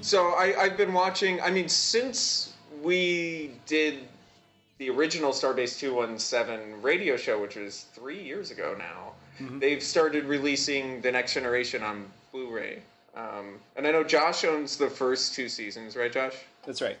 so I, I've been watching. I mean, since we did the original Starbase 217 radio show, which was three years ago now, they've started releasing The Next Generation on Blu ray. Um, and I know Josh owns the first two seasons, right, Josh? That's right.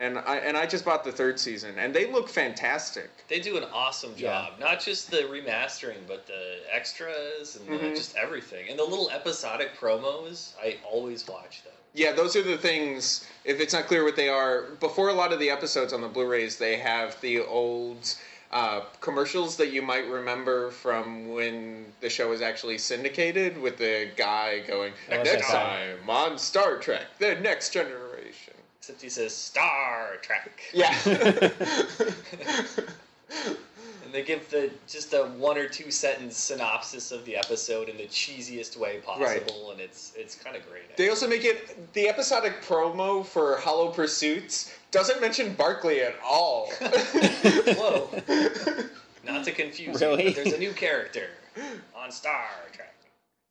And I, and I just bought the third season, and they look fantastic. They do an awesome job. Not just the remastering, but the extras and the, just everything. And the little episodic promos, I always watch them. Yeah, those are the things. If it's not clear what they are, before a lot of the episodes on the Blu-rays, they have the old uh, commercials that you might remember from when the show was actually syndicated, with the guy going, that's "Next that guy. time on Star Trek: The Next Generation." Except he says Star Trek. Yeah. And they give the just a one or two sentence synopsis of the episode in the cheesiest way possible, and it's it's kind of great. They also make it the episodic promo for Hollow Pursuits doesn't mention Barclay at all. actually. Whoa! Not to confuse Really? you, but there's a new character on Star Trek.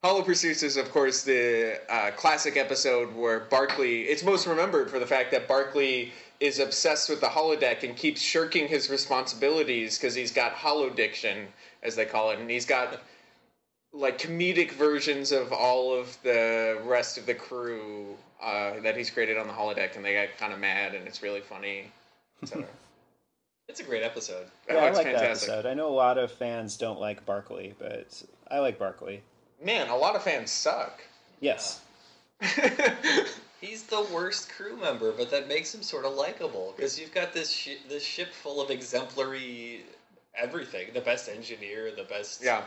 Hollow Pursuits is, of course, the uh, classic episode where Barclay. It's most remembered for the fact that Barclay is obsessed with the holodeck and keeps shirking his responsibilities because he's got holodiction, as they call it, and he's got like comedic versions of all of the rest of the crew uh, that he's created on the holodeck, and they get kind of mad, and it's really funny, etc. It's a great episode. Oh, Yeah, I it's like fantastic. that episode. I know a lot of fans don't like Barkley, but I like Barkley. Man, a lot of fans suck. Yes. He's the worst crew member, but that makes him sort of likable because you've got this shi this ship full of exemplary everything, the best engineer, the best yeah.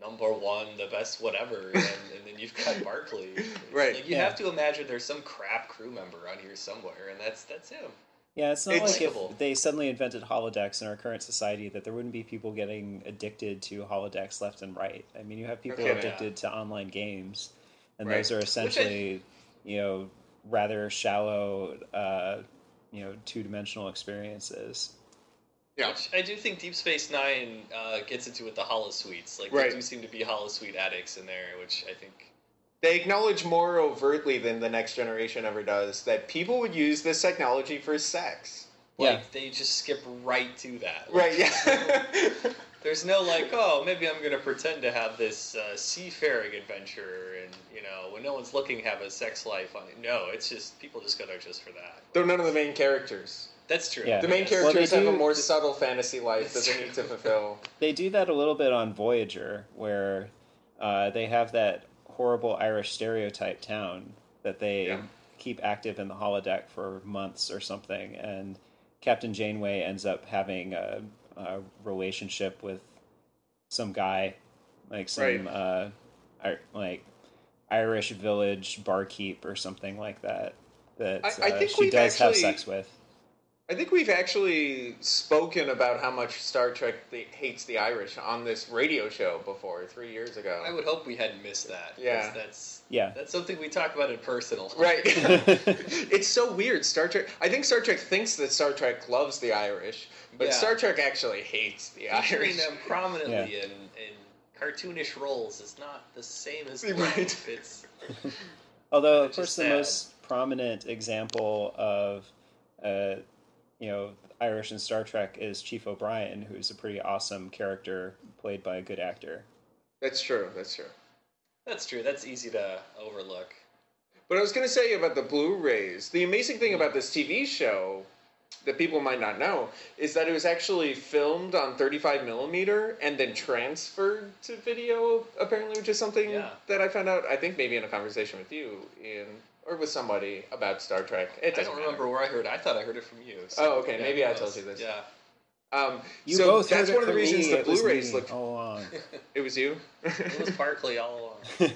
number one, the best whatever, and, and then you've got Barkley. Right. Like you Yeah. have to imagine there's some crap crew member on here somewhere, and that's that's him. Yeah, it's not It's- like Likable. if they suddenly invented holodecks in our current society that there wouldn't be people getting addicted to holodecks left and right. I mean, you have people Okay, yeah. addicted to online games, and Right. those are essentially, you know, rather shallow, uh, you know, two dimensional experiences. Yeah. Which I do think Deep Space Nine uh, gets into with the holosuites. Like Right. they do seem to be holosuite addicts in there, which I think They acknowledge more overtly than the next generation ever does that people would use this technology for sex. like Yeah. they just skip right to that. Like, Right, yeah. There's no like, oh, maybe I'm gonna pretend to have this uh, seafaring adventure, and you know, when no one's looking, have a sex life on it. No, it's just people just go there just for that. Though none of the main characters. That's true. Yeah. The main Yes. character- characters Well, they have a do- more subtle fantasy life that they need to fulfill. They do that a little bit on Voyager, where uh, they have that horrible Irish stereotype town that they Yeah. keep active in the holodeck for months or something, and Captain Janeway ends up having a, a relationship with some guy, like some Right. uh, Ir- like Irish village barkeep or something like that. That I- I uh, think she we've does have actually- sex with. I think we've actually spoken about how much Star Trek the, hates the Irish on this radio show before three years ago. I would hope we hadn't missed that. 'cause Yeah. That's Yeah. That's something we talk about in personal. Right. it's so weird. Star Trek. I think Star Trek thinks that Star Trek loves the Irish, but Yeah. Star Trek actually hates the Featuring Irish. them prominently in, in cartoonish roles is not the same as Right. It's Although, of Which course, is the sad. most prominent example of, uh, you know, Irish in Star Trek is Chief O'Brien, who's a pretty awesome character played by a good actor. That's true. That's true. that's true. That's easy to overlook. But I was going to say about the Blu-rays. The amazing thing about this TV show that people might not know is that it was actually filmed on 35 millimeter and then transferred to video. Apparently, which is something Yeah. that I found out. I think maybe in a conversation with you, in or with somebody about Star Trek. It I doesn't don't matter. remember where I heard. it. I thought I heard it from you. Oh, okay, yeah, maybe I who told knows? you this. Yeah. Um, You so both heard that's it one of the from reasons me. the It was Blu-rays me Oh. look. all along. It was you. It was Barkley all along.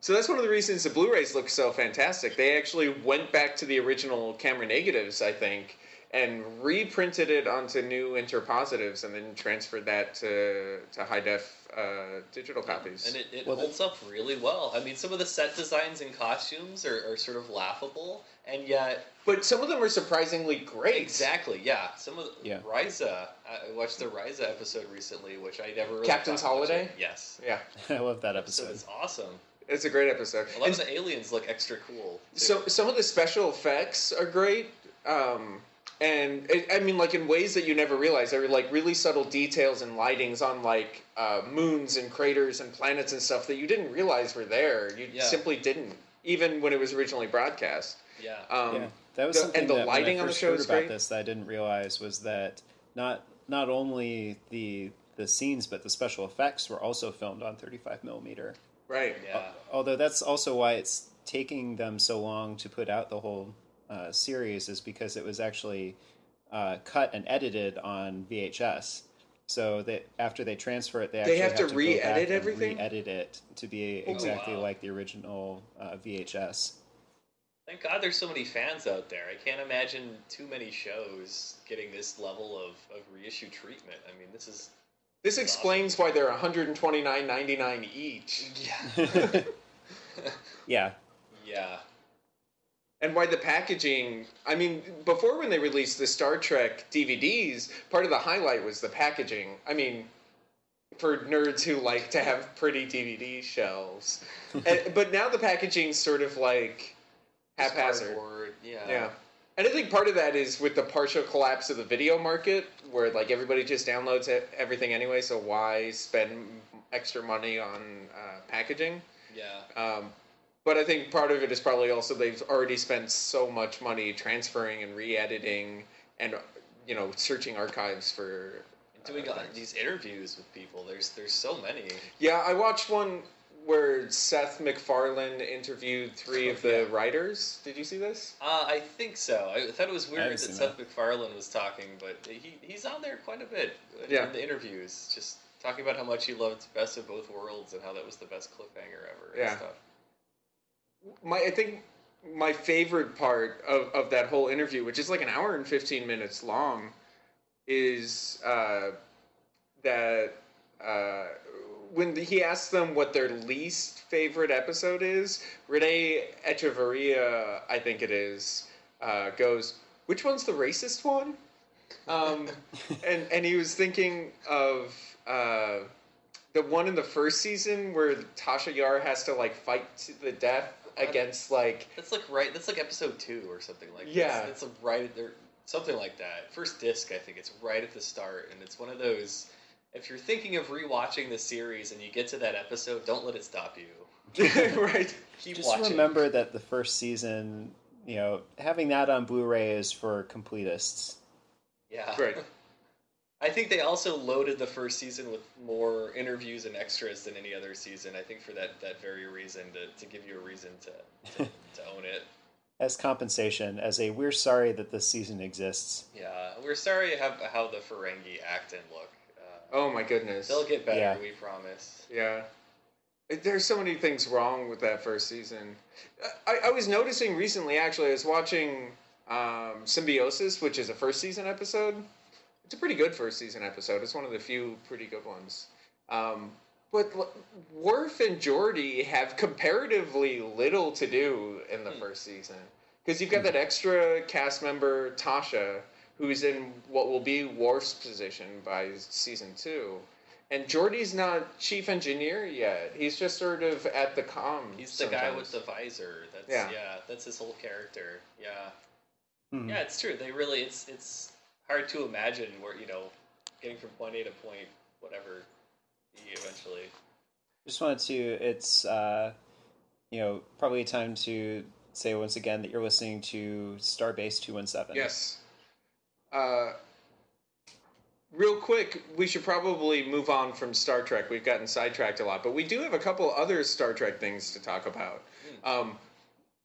So that's one of the reasons the Blu-rays look so fantastic. They actually went back to the original camera negatives, I think, and reprinted it onto new interpositives, and then transferred that to to high def uh, digital copies. And it, it Well, the- holds up really well. I mean, some of the set designs and costumes are, are sort of laughable, and yet but some of them are surprisingly great. Exactly. Yeah. Some of the, Yeah. Ryza. I watched the Ryza episode recently, which I never really Captain's thought much of. Holiday? Yes. Yeah, I love that So episode. it's awesome. It's a great episode. A lot of the aliens look extra cool. too. so some of the special effects are great um, and it, i mean like in ways that you never realize there are like really subtle details and lightings on like uh, moons and craters and planets and stuff that you didn't realize were there you Yeah. simply didn't even when it was originally broadcast yeah, um, yeah, that was the- something and the that when lighting I on the first show heard is about great. this that I didn't realize was that not not only the the scenes but the special effects were also filmed on 35 millimeter. right yeah. Although that's also why it's taking them so long to put out the whole uh, series is because it was actually uh, cut and edited on VHS. So that after they transfer it, they actually have to go re-edit back and everything? re-edit it to be Oh, exactly wow. like the original uh, VHS. Thank God there's so many fans out there. I can't imagine too many shows getting this level of, of reissue treatment. I mean, this is this explains why they're 129.99 each yeah, yeah, yeah, and why the packaging i mean before when they released the star trek dvds part of the highlight was the packaging i mean for nerds who like to have pretty dvd shelves and, but now the packaging's sort of like It's haphazard cardboard, Yeah, yeah and i think part of that is with the partial collapse of the video market where like everybody just downloads e- everything anyway so why spend extra money on uh, packaging yeah. um, but I think part of it is probably also they've already spent so much money transferring and re-editing and you know searching archives for. And doing uh, all things. these interviews with people. There's there's so many. Yeah, I watched one where Seth MacFarlane interviewed three of the writers. Did you see this? Uh, I think so. I thought it was weird haven't that seen Seth MacFarlane was talking, but he, he's on there quite a bit in Yeah. the interviews, just talking about how much he loved Best of Both Worlds and how that was the best cliffhanger ever. Yeah. And stuff. My I think my favorite part of, of that whole interview, which is like an hour and fifteen minutes long, is uh, that uh, when the, he asked them what their least favorite episode is, Renee Echeverria, I think it is, uh, goes, "Which one's the racist one?" Um, and and he was thinking of. Uh, the one in the first season where Tasha Yar has to like fight to the death against like That's like right. That's like episode two or something like. Yeah. This. That's a right at there. Something like that. First disc, I think it's right at the start, and it's one of those. If you're thinking of rewatching the series and you get to that episode, don't let it stop you. right Keep Just watching. remember that the first season, you know, having that on Blu-ray is for completists. Yeah. right I think they also loaded the first season with more interviews and extras than any other season. I think for that, that very reason to, to give you a reason to, to, to own it. As compensation, as a we're sorry that this season exists. Yeah, we're sorry how, how the Ferengi act and look. Uh, oh my goodness they'll get better, Yeah. we promise. yeah there's so many things wrong with that first season I, I was noticing recently actually i was watching um, symbiosis which is a first season episode it's a pretty good first season episode it's one of the few pretty good ones um, but l- Worf and Geordi have comparatively little to do in the Hmm. first season because you've got that extra cast member Tasha, who's in what will be Worf's position by season two, and Geordi's not chief engineer yet. He's just sort of at the com. He's the guy with the visor. That's Yeah. yeah. that's his whole character. Yeah. Hmm. Yeah, it's true. They really it's it's hard to imagine where, you know, getting from point A to point whatever B eventually. Just wanted to. It's uh, you know probably time to say once again that you're listening to Starbase two one seven. Yes. Uh, real quick, we should probably move on from Star Trek. We've gotten sidetracked a lot, but we do have a couple other Star Trek things to talk about. Hmm. Um,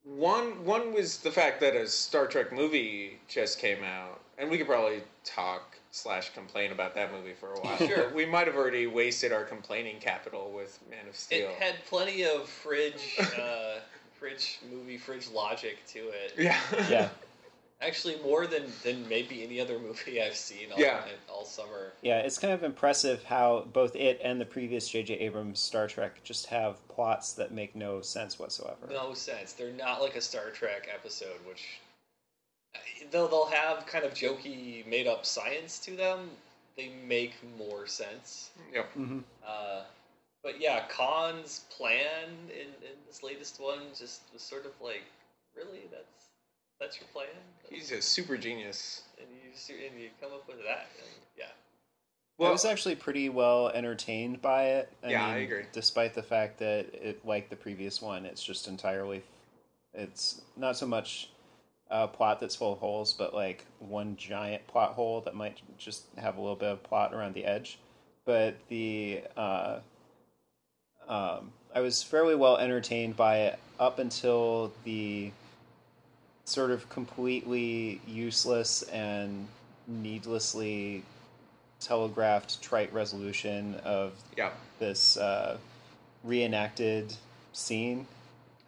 one one was the fact that a Star Trek movie just came out, and we could probably talk slash complain about that movie for a while. Sure. we might have already wasted our complaining capital with Man of Steel. It had plenty of fridge uh fridge movie fridge logic to it. yeah, Yeah. Actually more than than maybe any other movie I've seen all Yeah. all summer. Yeah, it's kind of impressive how both it and the previous J.J. Abrams Star Trek just have plots that make no sense whatsoever. no sense. They're not like a Star Trek episode, which uh, though they'll have kind of jokey, made up science to them, they make more sense. Yep. Mhm. Uh, But yeah, Khan's plan in, in this latest one just was sort of like, really? That's that's your plan? He's a super genius. and you just, and you come up with that. And yeah, I Well- was actually pretty well entertained by it. Yeah, I agree. Despite the fact that it, like the previous one, it's just entirely, it's not so much a plot that's full of holes, but like one giant plot hole that might just have a little bit of plot around the edge. But the, uh, um, I was fairly well entertained by it up until the sort of completely useless and needlessly telegraphed trite resolution of Yeah. this uh, reenacted scene.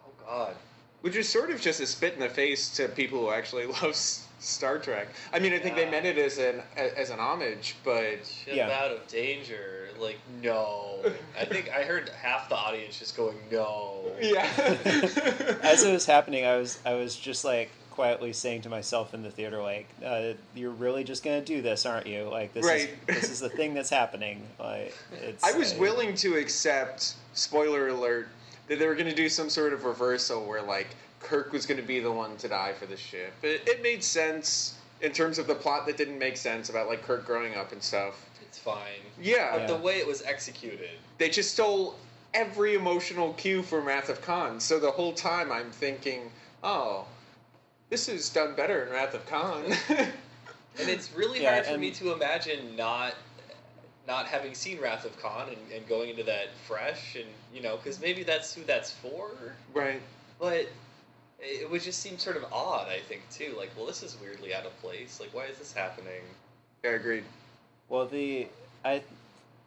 Oh God. Which is sort of just a spit in the face to people who actually love S- Star Trek. I mean, I think they Yeah. meant it as an as an homage, but Ship Yeah. out of danger. Like no. I think I heard half the audience just going no. yeah. As it was happening, I was I was just like quietly saying to myself in the theater, like, uh, "You're really just gonna do this, aren't you? Like this Right. is this is the thing that's happening." Like, it's, I was uh, willing to accept, spoiler alert, that they were going to do some sort of reversal where, like, Kirk was going to be the one to die for the ship. It, it made sense in terms of the plot that didn't make sense about, like, Kirk growing up and stuff. It's fine. Yeah, But the way it was executed, they just stole every emotional cue from Wrath of Khan. So the whole time I'm thinking, oh, this is done better in Wrath of Khan. and it's really Yeah, hard for and- me to imagine not not having seen Wrath of Khan and, and going into that fresh and you know because maybe that's who that's for, right. but. It would just seem sort of odd, I think, too. Like, well, this is weirdly out of place. Like, why is this happening? Yeah, agreed. Well, the I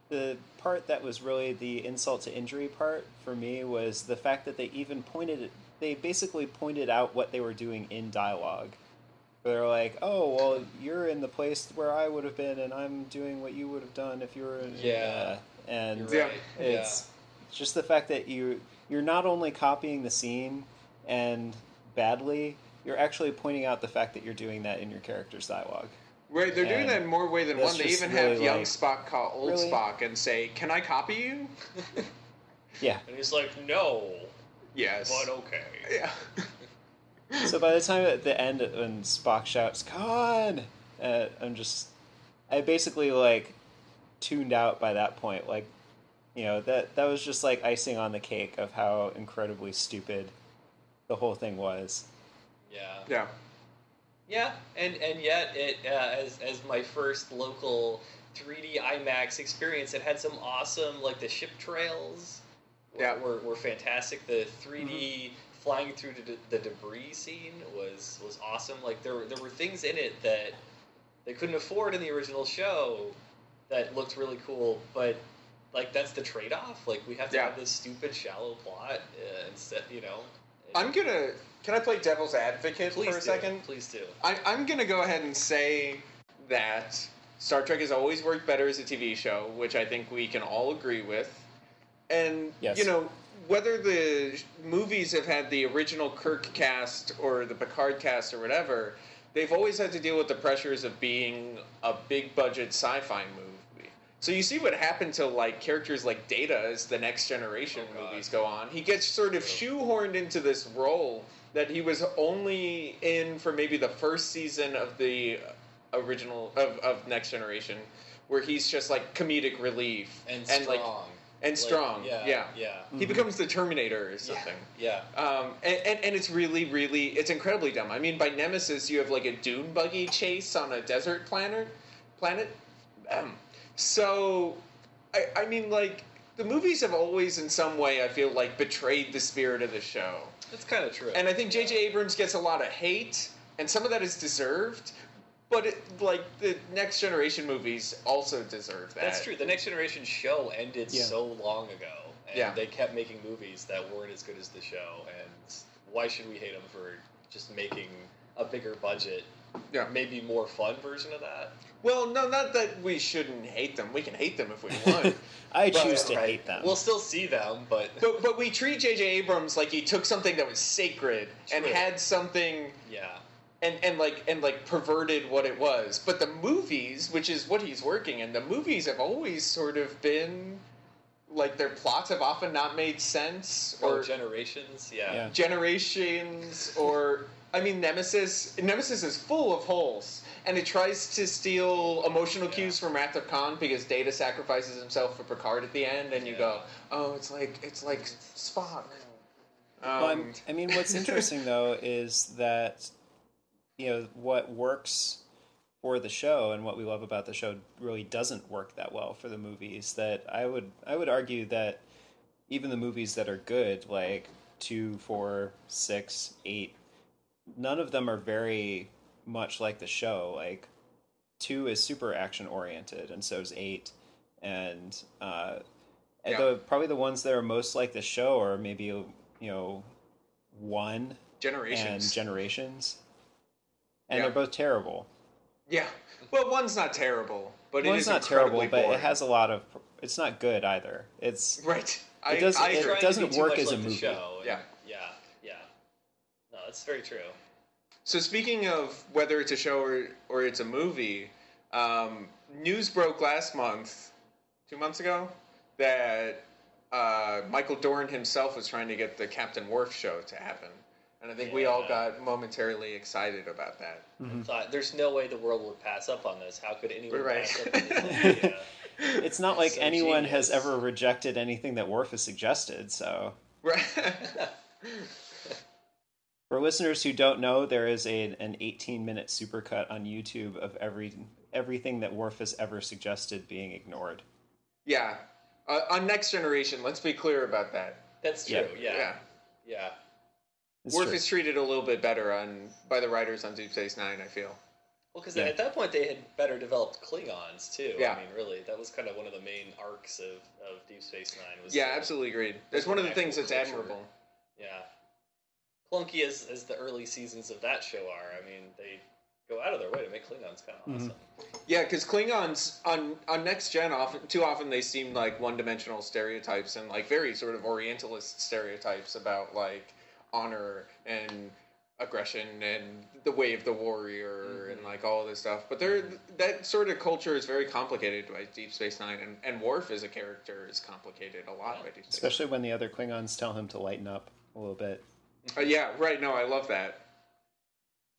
the part that was really the insult to injury part for me was the fact that they even pointed it. They basically pointed out what they were doing in dialogue. They're like, "Oh, well, you're in the place where I would have been, and I'm doing what you would have done if you were." In, Yeah. uh, and Yeah. it's just the fact that you you're not only copying the scene and badly, you're actually pointing out the fact that you're doing that in your character's dialogue. Right, they're doing And that in more way than that's one. They just even really, have young like, Spock call old really? Spock and say, "Can I copy you?" Yeah. And he's like, no, Yes. but okay. Yeah. so by the time at the end when Spock shouts "Con," uh, I'm just I basically like tuned out by that point. Like you know that that was just like icing on the cake of how incredibly stupid the whole thing was. Yeah. yeah. Yeah, and, and yet, it uh, as, as my first local 3D IMAX experience, it had some awesome, like the ship trails were, Yeah. were, were fantastic. The 3D flying through the, the debris scene was, was awesome. Like, there, were- there were things in it that they couldn't afford in the original show that looked really cool, but like that's the trade off. Like, we have to Yeah. have this stupid, shallow plot uh, instead, you know. I'm gonna. Can I play devil's advocate Please for a do. second? Please do. I, I'm going to go ahead and say that Star Trek has always worked better as a TV show, which I think we can all agree with. And, Yes. you know, whether the sh- movies have had the original Kirk cast or the Picard cast or whatever, they've always had to deal with the pressures of being a big budget sci fi movie. So you see what happened to like characters like Data as the next generation Oh, God. movies go on. He gets sort of shoehorned into this role that he was only in for maybe the first season of the original of, of Next Generation, where he's just like comedic relief And strong. like and Like, strong. yeah, yeah. Yeah. He becomes the Terminator or something. Yeah. Um, and, and, and it's really, really, it's incredibly dumb. I mean, by Nemesis, you have like a dune buggy chase on a desert planet. Planet. Um, so, I, I mean, like the movies have always, in some way, I feel like betrayed the spirit of the show. That's kind of true. And I think J.J. Abrams gets a lot of hate, and some of that is deserved. But it, like the next generation movies also deserve that. that's true. The Next Generation show ended Yeah. so long ago, and Yeah. they kept making movies that weren't as good as the show. And why should we hate them for just making a bigger budget, Yeah. maybe more fun version of that? Well, no, not that we shouldn't hate them. We can hate them if we want. I But- choose to Right. hate them. We'll still see them, but But but we treat J.J. Abrams like he took something that was sacred and True. had something yeah, and, and like and like perverted what it was. But the movies, which is what he's working in, the movies have always sort of been like their plots have often not made sense or or generations. Yeah. Yeah. generations or I mean Nemesis Nemesis is full of holes and it tries to steal emotional Yeah. cues from Wrath of Khan because Data sacrifices himself for Picard at the end and you Yeah. go, Oh, it's like it's like Spock. Well, Um, I'm- I mean, what's interesting though is that you know what works for the show and what we love about the show really doesn't work that well for the movies. That I would I would argue that even the movies that are good, like two, four, six, eight, none of them are very much like the show. Like two is super action oriented, and so is eight, and uh, and Yeah. the probably the ones that are most like the show are maybe you know one and generations. generations, and Yeah. they're both terrible. yeah. Well one's not terrible, but it One's is not terrible, incredibly but it boring. has a lot of. It's not good either. It's Right. I, does- I it agree. Trying to doesn't be too work much as a like the movie. Show and- Yeah. Yeah. Yeah. No, that's very true. So speaking of whether it's a show or, or it's a movie, um, news broke last month, two months ago, that uh, Michael Dorn himself was trying to get the Captain Wharf show to happen, and I think we all Yeah. got momentarily excited about that. Mhm. Thought there's no way the world would pass up on this. How could anyone Right. pass up on this idea? it's not like So anyone has genius. ever rejected anything that Worf has suggested. So Right. Hmm. for listeners who don't know, there is a, an 18 minute supercut on YouTube of every everything that Worf has ever suggested being ignored. yeah. Uh, on Next Generation, let's be clear about that. That's true. Yeah. Yeah. Yeah. It's Worf true. is treated a little bit better on by the writers on Deep Space Nine. I feel. Well, because Yeah. at that point they had better developed Klingons too. Yeah. I mean, really, that was kind of one of the main arcs of, of Deep Space Nine. Was Yeah, the- absolutely agreed. That's one of the Actual things that's culture. admirable. Yeah. Clunky as, as the early seasons of that show are, I mean, they go out of their way to make Klingons kind of Mm-hmm. Mhm. awesome. Yeah, because Klingons on on next gen often too often they seem like one dimensional stereotypes and like very sort of Orientalist stereotypes about like honor and aggression and the way of the warrior and Mhm. like all this stuff. But there that sort of culture is very complicated by Deep Space Nine and and Worf as a character is complicated a lot by Deep Space. Nine. especially when the other Klingons tell him to lighten up a little bit. Uh, yeah, right. No, I love that.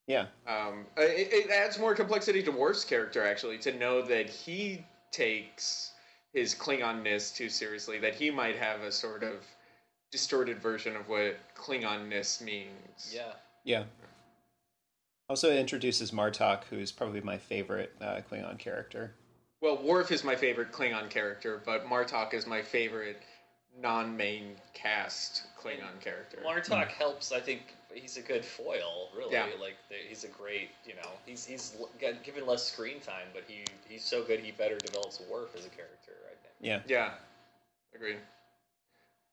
Yeah, Um, it, it adds more complexity to Worf's character, actually, to know that he takes his Klingonness too seriously, that he might have a sort of distorted version of what Klingonness means. Yeah. yeah. Also it introduces Martok, who's probably my favorite uh, Klingon character. Well, Worf is my favorite Klingon character, but Martok is my favorite non main cast Klingon character. Martok helps. I think he's a good foil, really. Hmm. Yeah. Like the- he's a great, you know, he's he's l- got- given less screen time, but he he's so good he better develops Worf as a character. I think. Yeah. yeah, agreed.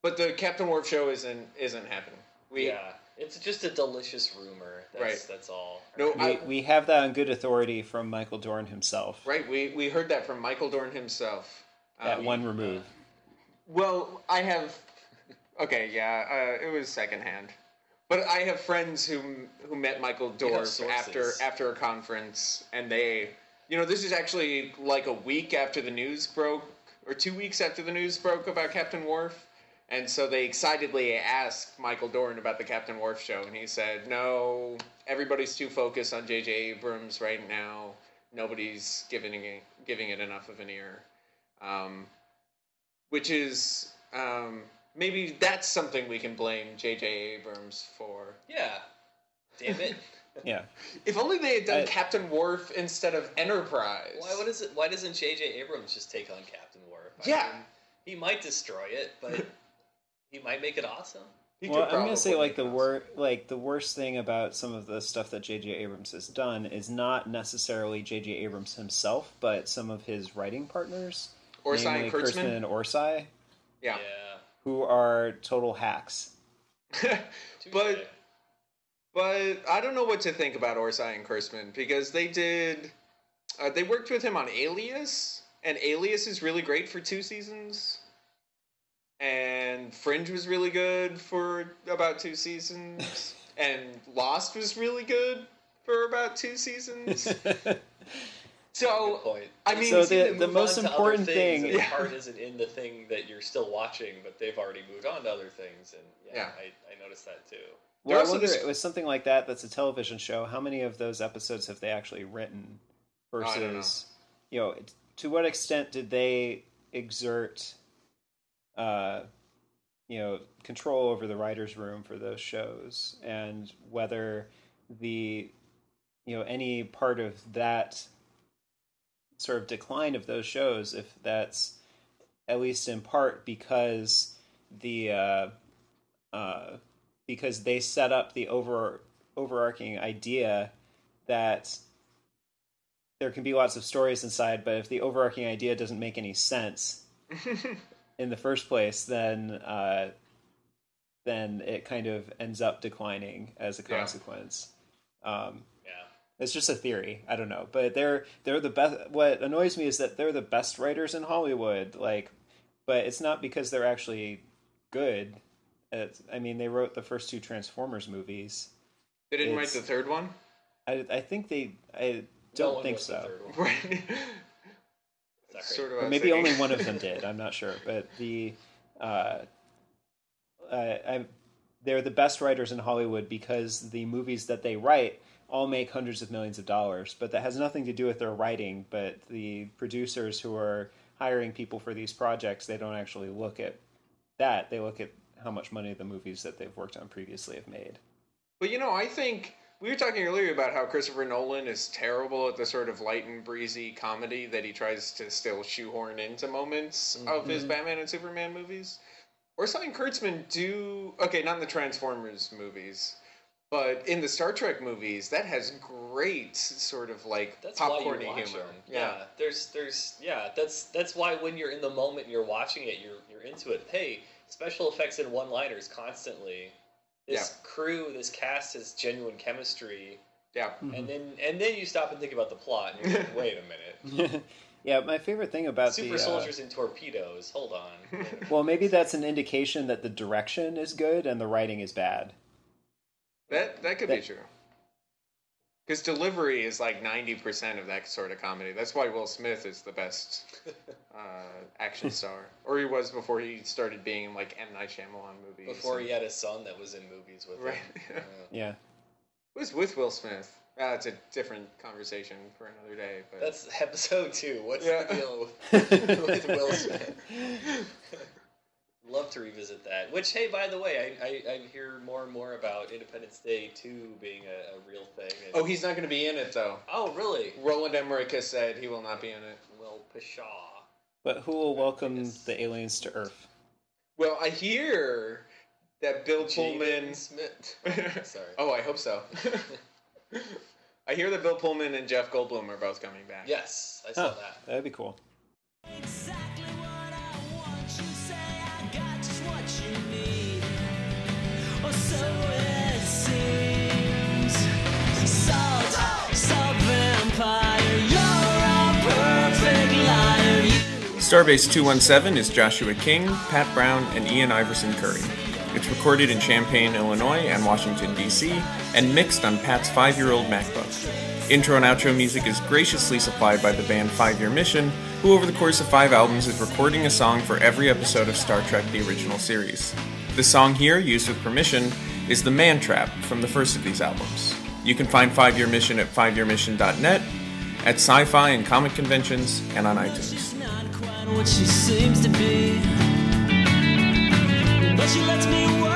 But the Captain Worf show isn't isn't happening. We, yeah, it's just a delicious rumor. That's, Right. That's all. No, We, I, we have that on good authority from Michael Dorn himself. right. We we heard that from Michael Dorn himself. That Um, one remove. Well, I have. Okay, yeah, uh, it was secondhand, but I have friends who who met Michael You have Dorf after sources. after a conference, and they, you know, this is actually like a week after the news broke, or two weeks after the news broke about Captain Worf. And so they excitedly asked Michael Dorn about the Captain Worf show, and he said, "No, everybody's too focused on J.J. Abrams right now. Nobody's giving it, giving it enough of an ear." Um, which is um, maybe that's something we can blame J.J. Abrams for. Yeah. Damn it! Yeah. If only they had done I- Captain Worf instead of Enterprise. why would is it? Why doesn't J.J. Abrams just take on Captain Worf? Yeah. mean, he might destroy it, but he might make it awesome. He could well, I'm gonna probably say like the make us. wor- like the worst thing about some of the stuff that J.J. Abrams has done is not necessarily J.J. Abrams himself, but some of his writing partners, Orsai namely and Kurtzman. and Orsai, Yeah. who are total hacks. Touche. But- but I don't know what to think about Orsai and Kurtzman because they did. Uh, they worked with him on Alias, and Alias is really great for two seasons. And Fringe was really good for about two seasons. and Lost was really good for about two seasons. Good So point. I mean, So It's easy the- to the move most on to other important things, thing- and the Yeah. heart isn't in the thing that you're still watching, but they've already moved on to other things, and yeah, Yeah. I, I noticed that too. There Well, I also wonder just- with something like that that's a television show, how many of those episodes have they actually written I don't know. versus you know, it- to what extent did they exert uh you know, control over the writers room for those shows and whether the you know, any part of that sort of decline of those shows if that's at least in part because the uh uh because they set up the over overarching idea that there can be lots of stories inside, but if the overarching idea doesn't make any sense in the first place, then uh, then it kind of ends up declining as a Yeah. consequence. Um, Yeah, it's just a theory. I don't know, but they're they're the best. What annoys me is that they're the best writers in Hollywood. Like, but it's not because they're actually good. It's, I mean, they wrote the first two Transformers movies. they didn't write It's- the third one. I I think they I No don't one think was the so. third one. Right. Sorry. sort of. what I Or was maybe thinking. only one of them did. I'm not sure, but the uh, uh, I, they're the best writers in Hollywood because the movies that they write all make hundreds of millions of dollars. But that has nothing to do with their writing. But the producers who are hiring people for these projects, they don't actually look at that. They look at how much money the movies that they've worked on previously have made. But you know, I think we were talking earlier about how Christopher Nolan is terrible at the sort of light and breezy comedy that he tries to still shoehorn into moments of his Mm-hmm. Batman and Superman movies. Orson and Kurtzman do okay, not in the Transformers movies, but in the Star Trek movies, that has great sort of like That's why popcorn you humor. watch them. Yeah. there's, there's, yeah, that's that's why when you're in the moment and you're watching it, you're you're into it. Hey, special effects and one-liners constantly. This crew, this cast has genuine chemistry, yeah, Mm-hmm. and then and then you stop and think about the plot, and you're like, wait a minute. yeah, my favorite thing about Super the, uh, soldiers and torpedoes. Hold on. Wait a minute. Well, maybe that's an indication that the direction is good and the writing is bad. That that could be That- true. Because delivery is like ninety percent of that sort of comedy. That's why Will Smith is the best uh, action star, or he was before he started being in like M Night Shyamalan movies. Before and- he had a son that was in movies with Right. him. Yeah. Yeah. It was with Will Smith. Uh, it's a different conversation for another day. But That's episode two. What's Yeah. the deal with, with Will Smith? yeah, Love to revisit that. Which, hey, by the way, I, I, I hear more and more about Independence Day 2 being a, a real thing. and- oh, he's not going to be in it though. Oh, really? Roland Emmerich has said he will not be in it. Well, pshaw. But who will welcome Yes. the aliens to Earth? Well, I hear that Bill Pullman. Jaden Smith. Sorry. oh, I hope so. I hear that Bill Pullman and Jeff Goldblum are both coming back. Yes, I saw Huh, Oh, that. that'd be cool. Exactly what I want you say I got just what you need Or so it seems Salt, salt vampire, you're a perfect liar Starbase 217 is Joshua King, Pat Brown, and Ian Iverson Curry. It's recorded in Champaign, Illinois and Washington, D.C., and mixed on Pat's five year old MacBook. Intro and outro music is graciously supplied by the band Five Year Mission, who over the course of five albums is recording a song for every episode of Star Trek The Original Series. The song here, used with permission, is The Man Trap from the first of these albums. You can find Five Year Mission at fiveyearmission.net, at sci fi and comic conventions, and on iTunes. She's not quite what she seems to be But she lets me work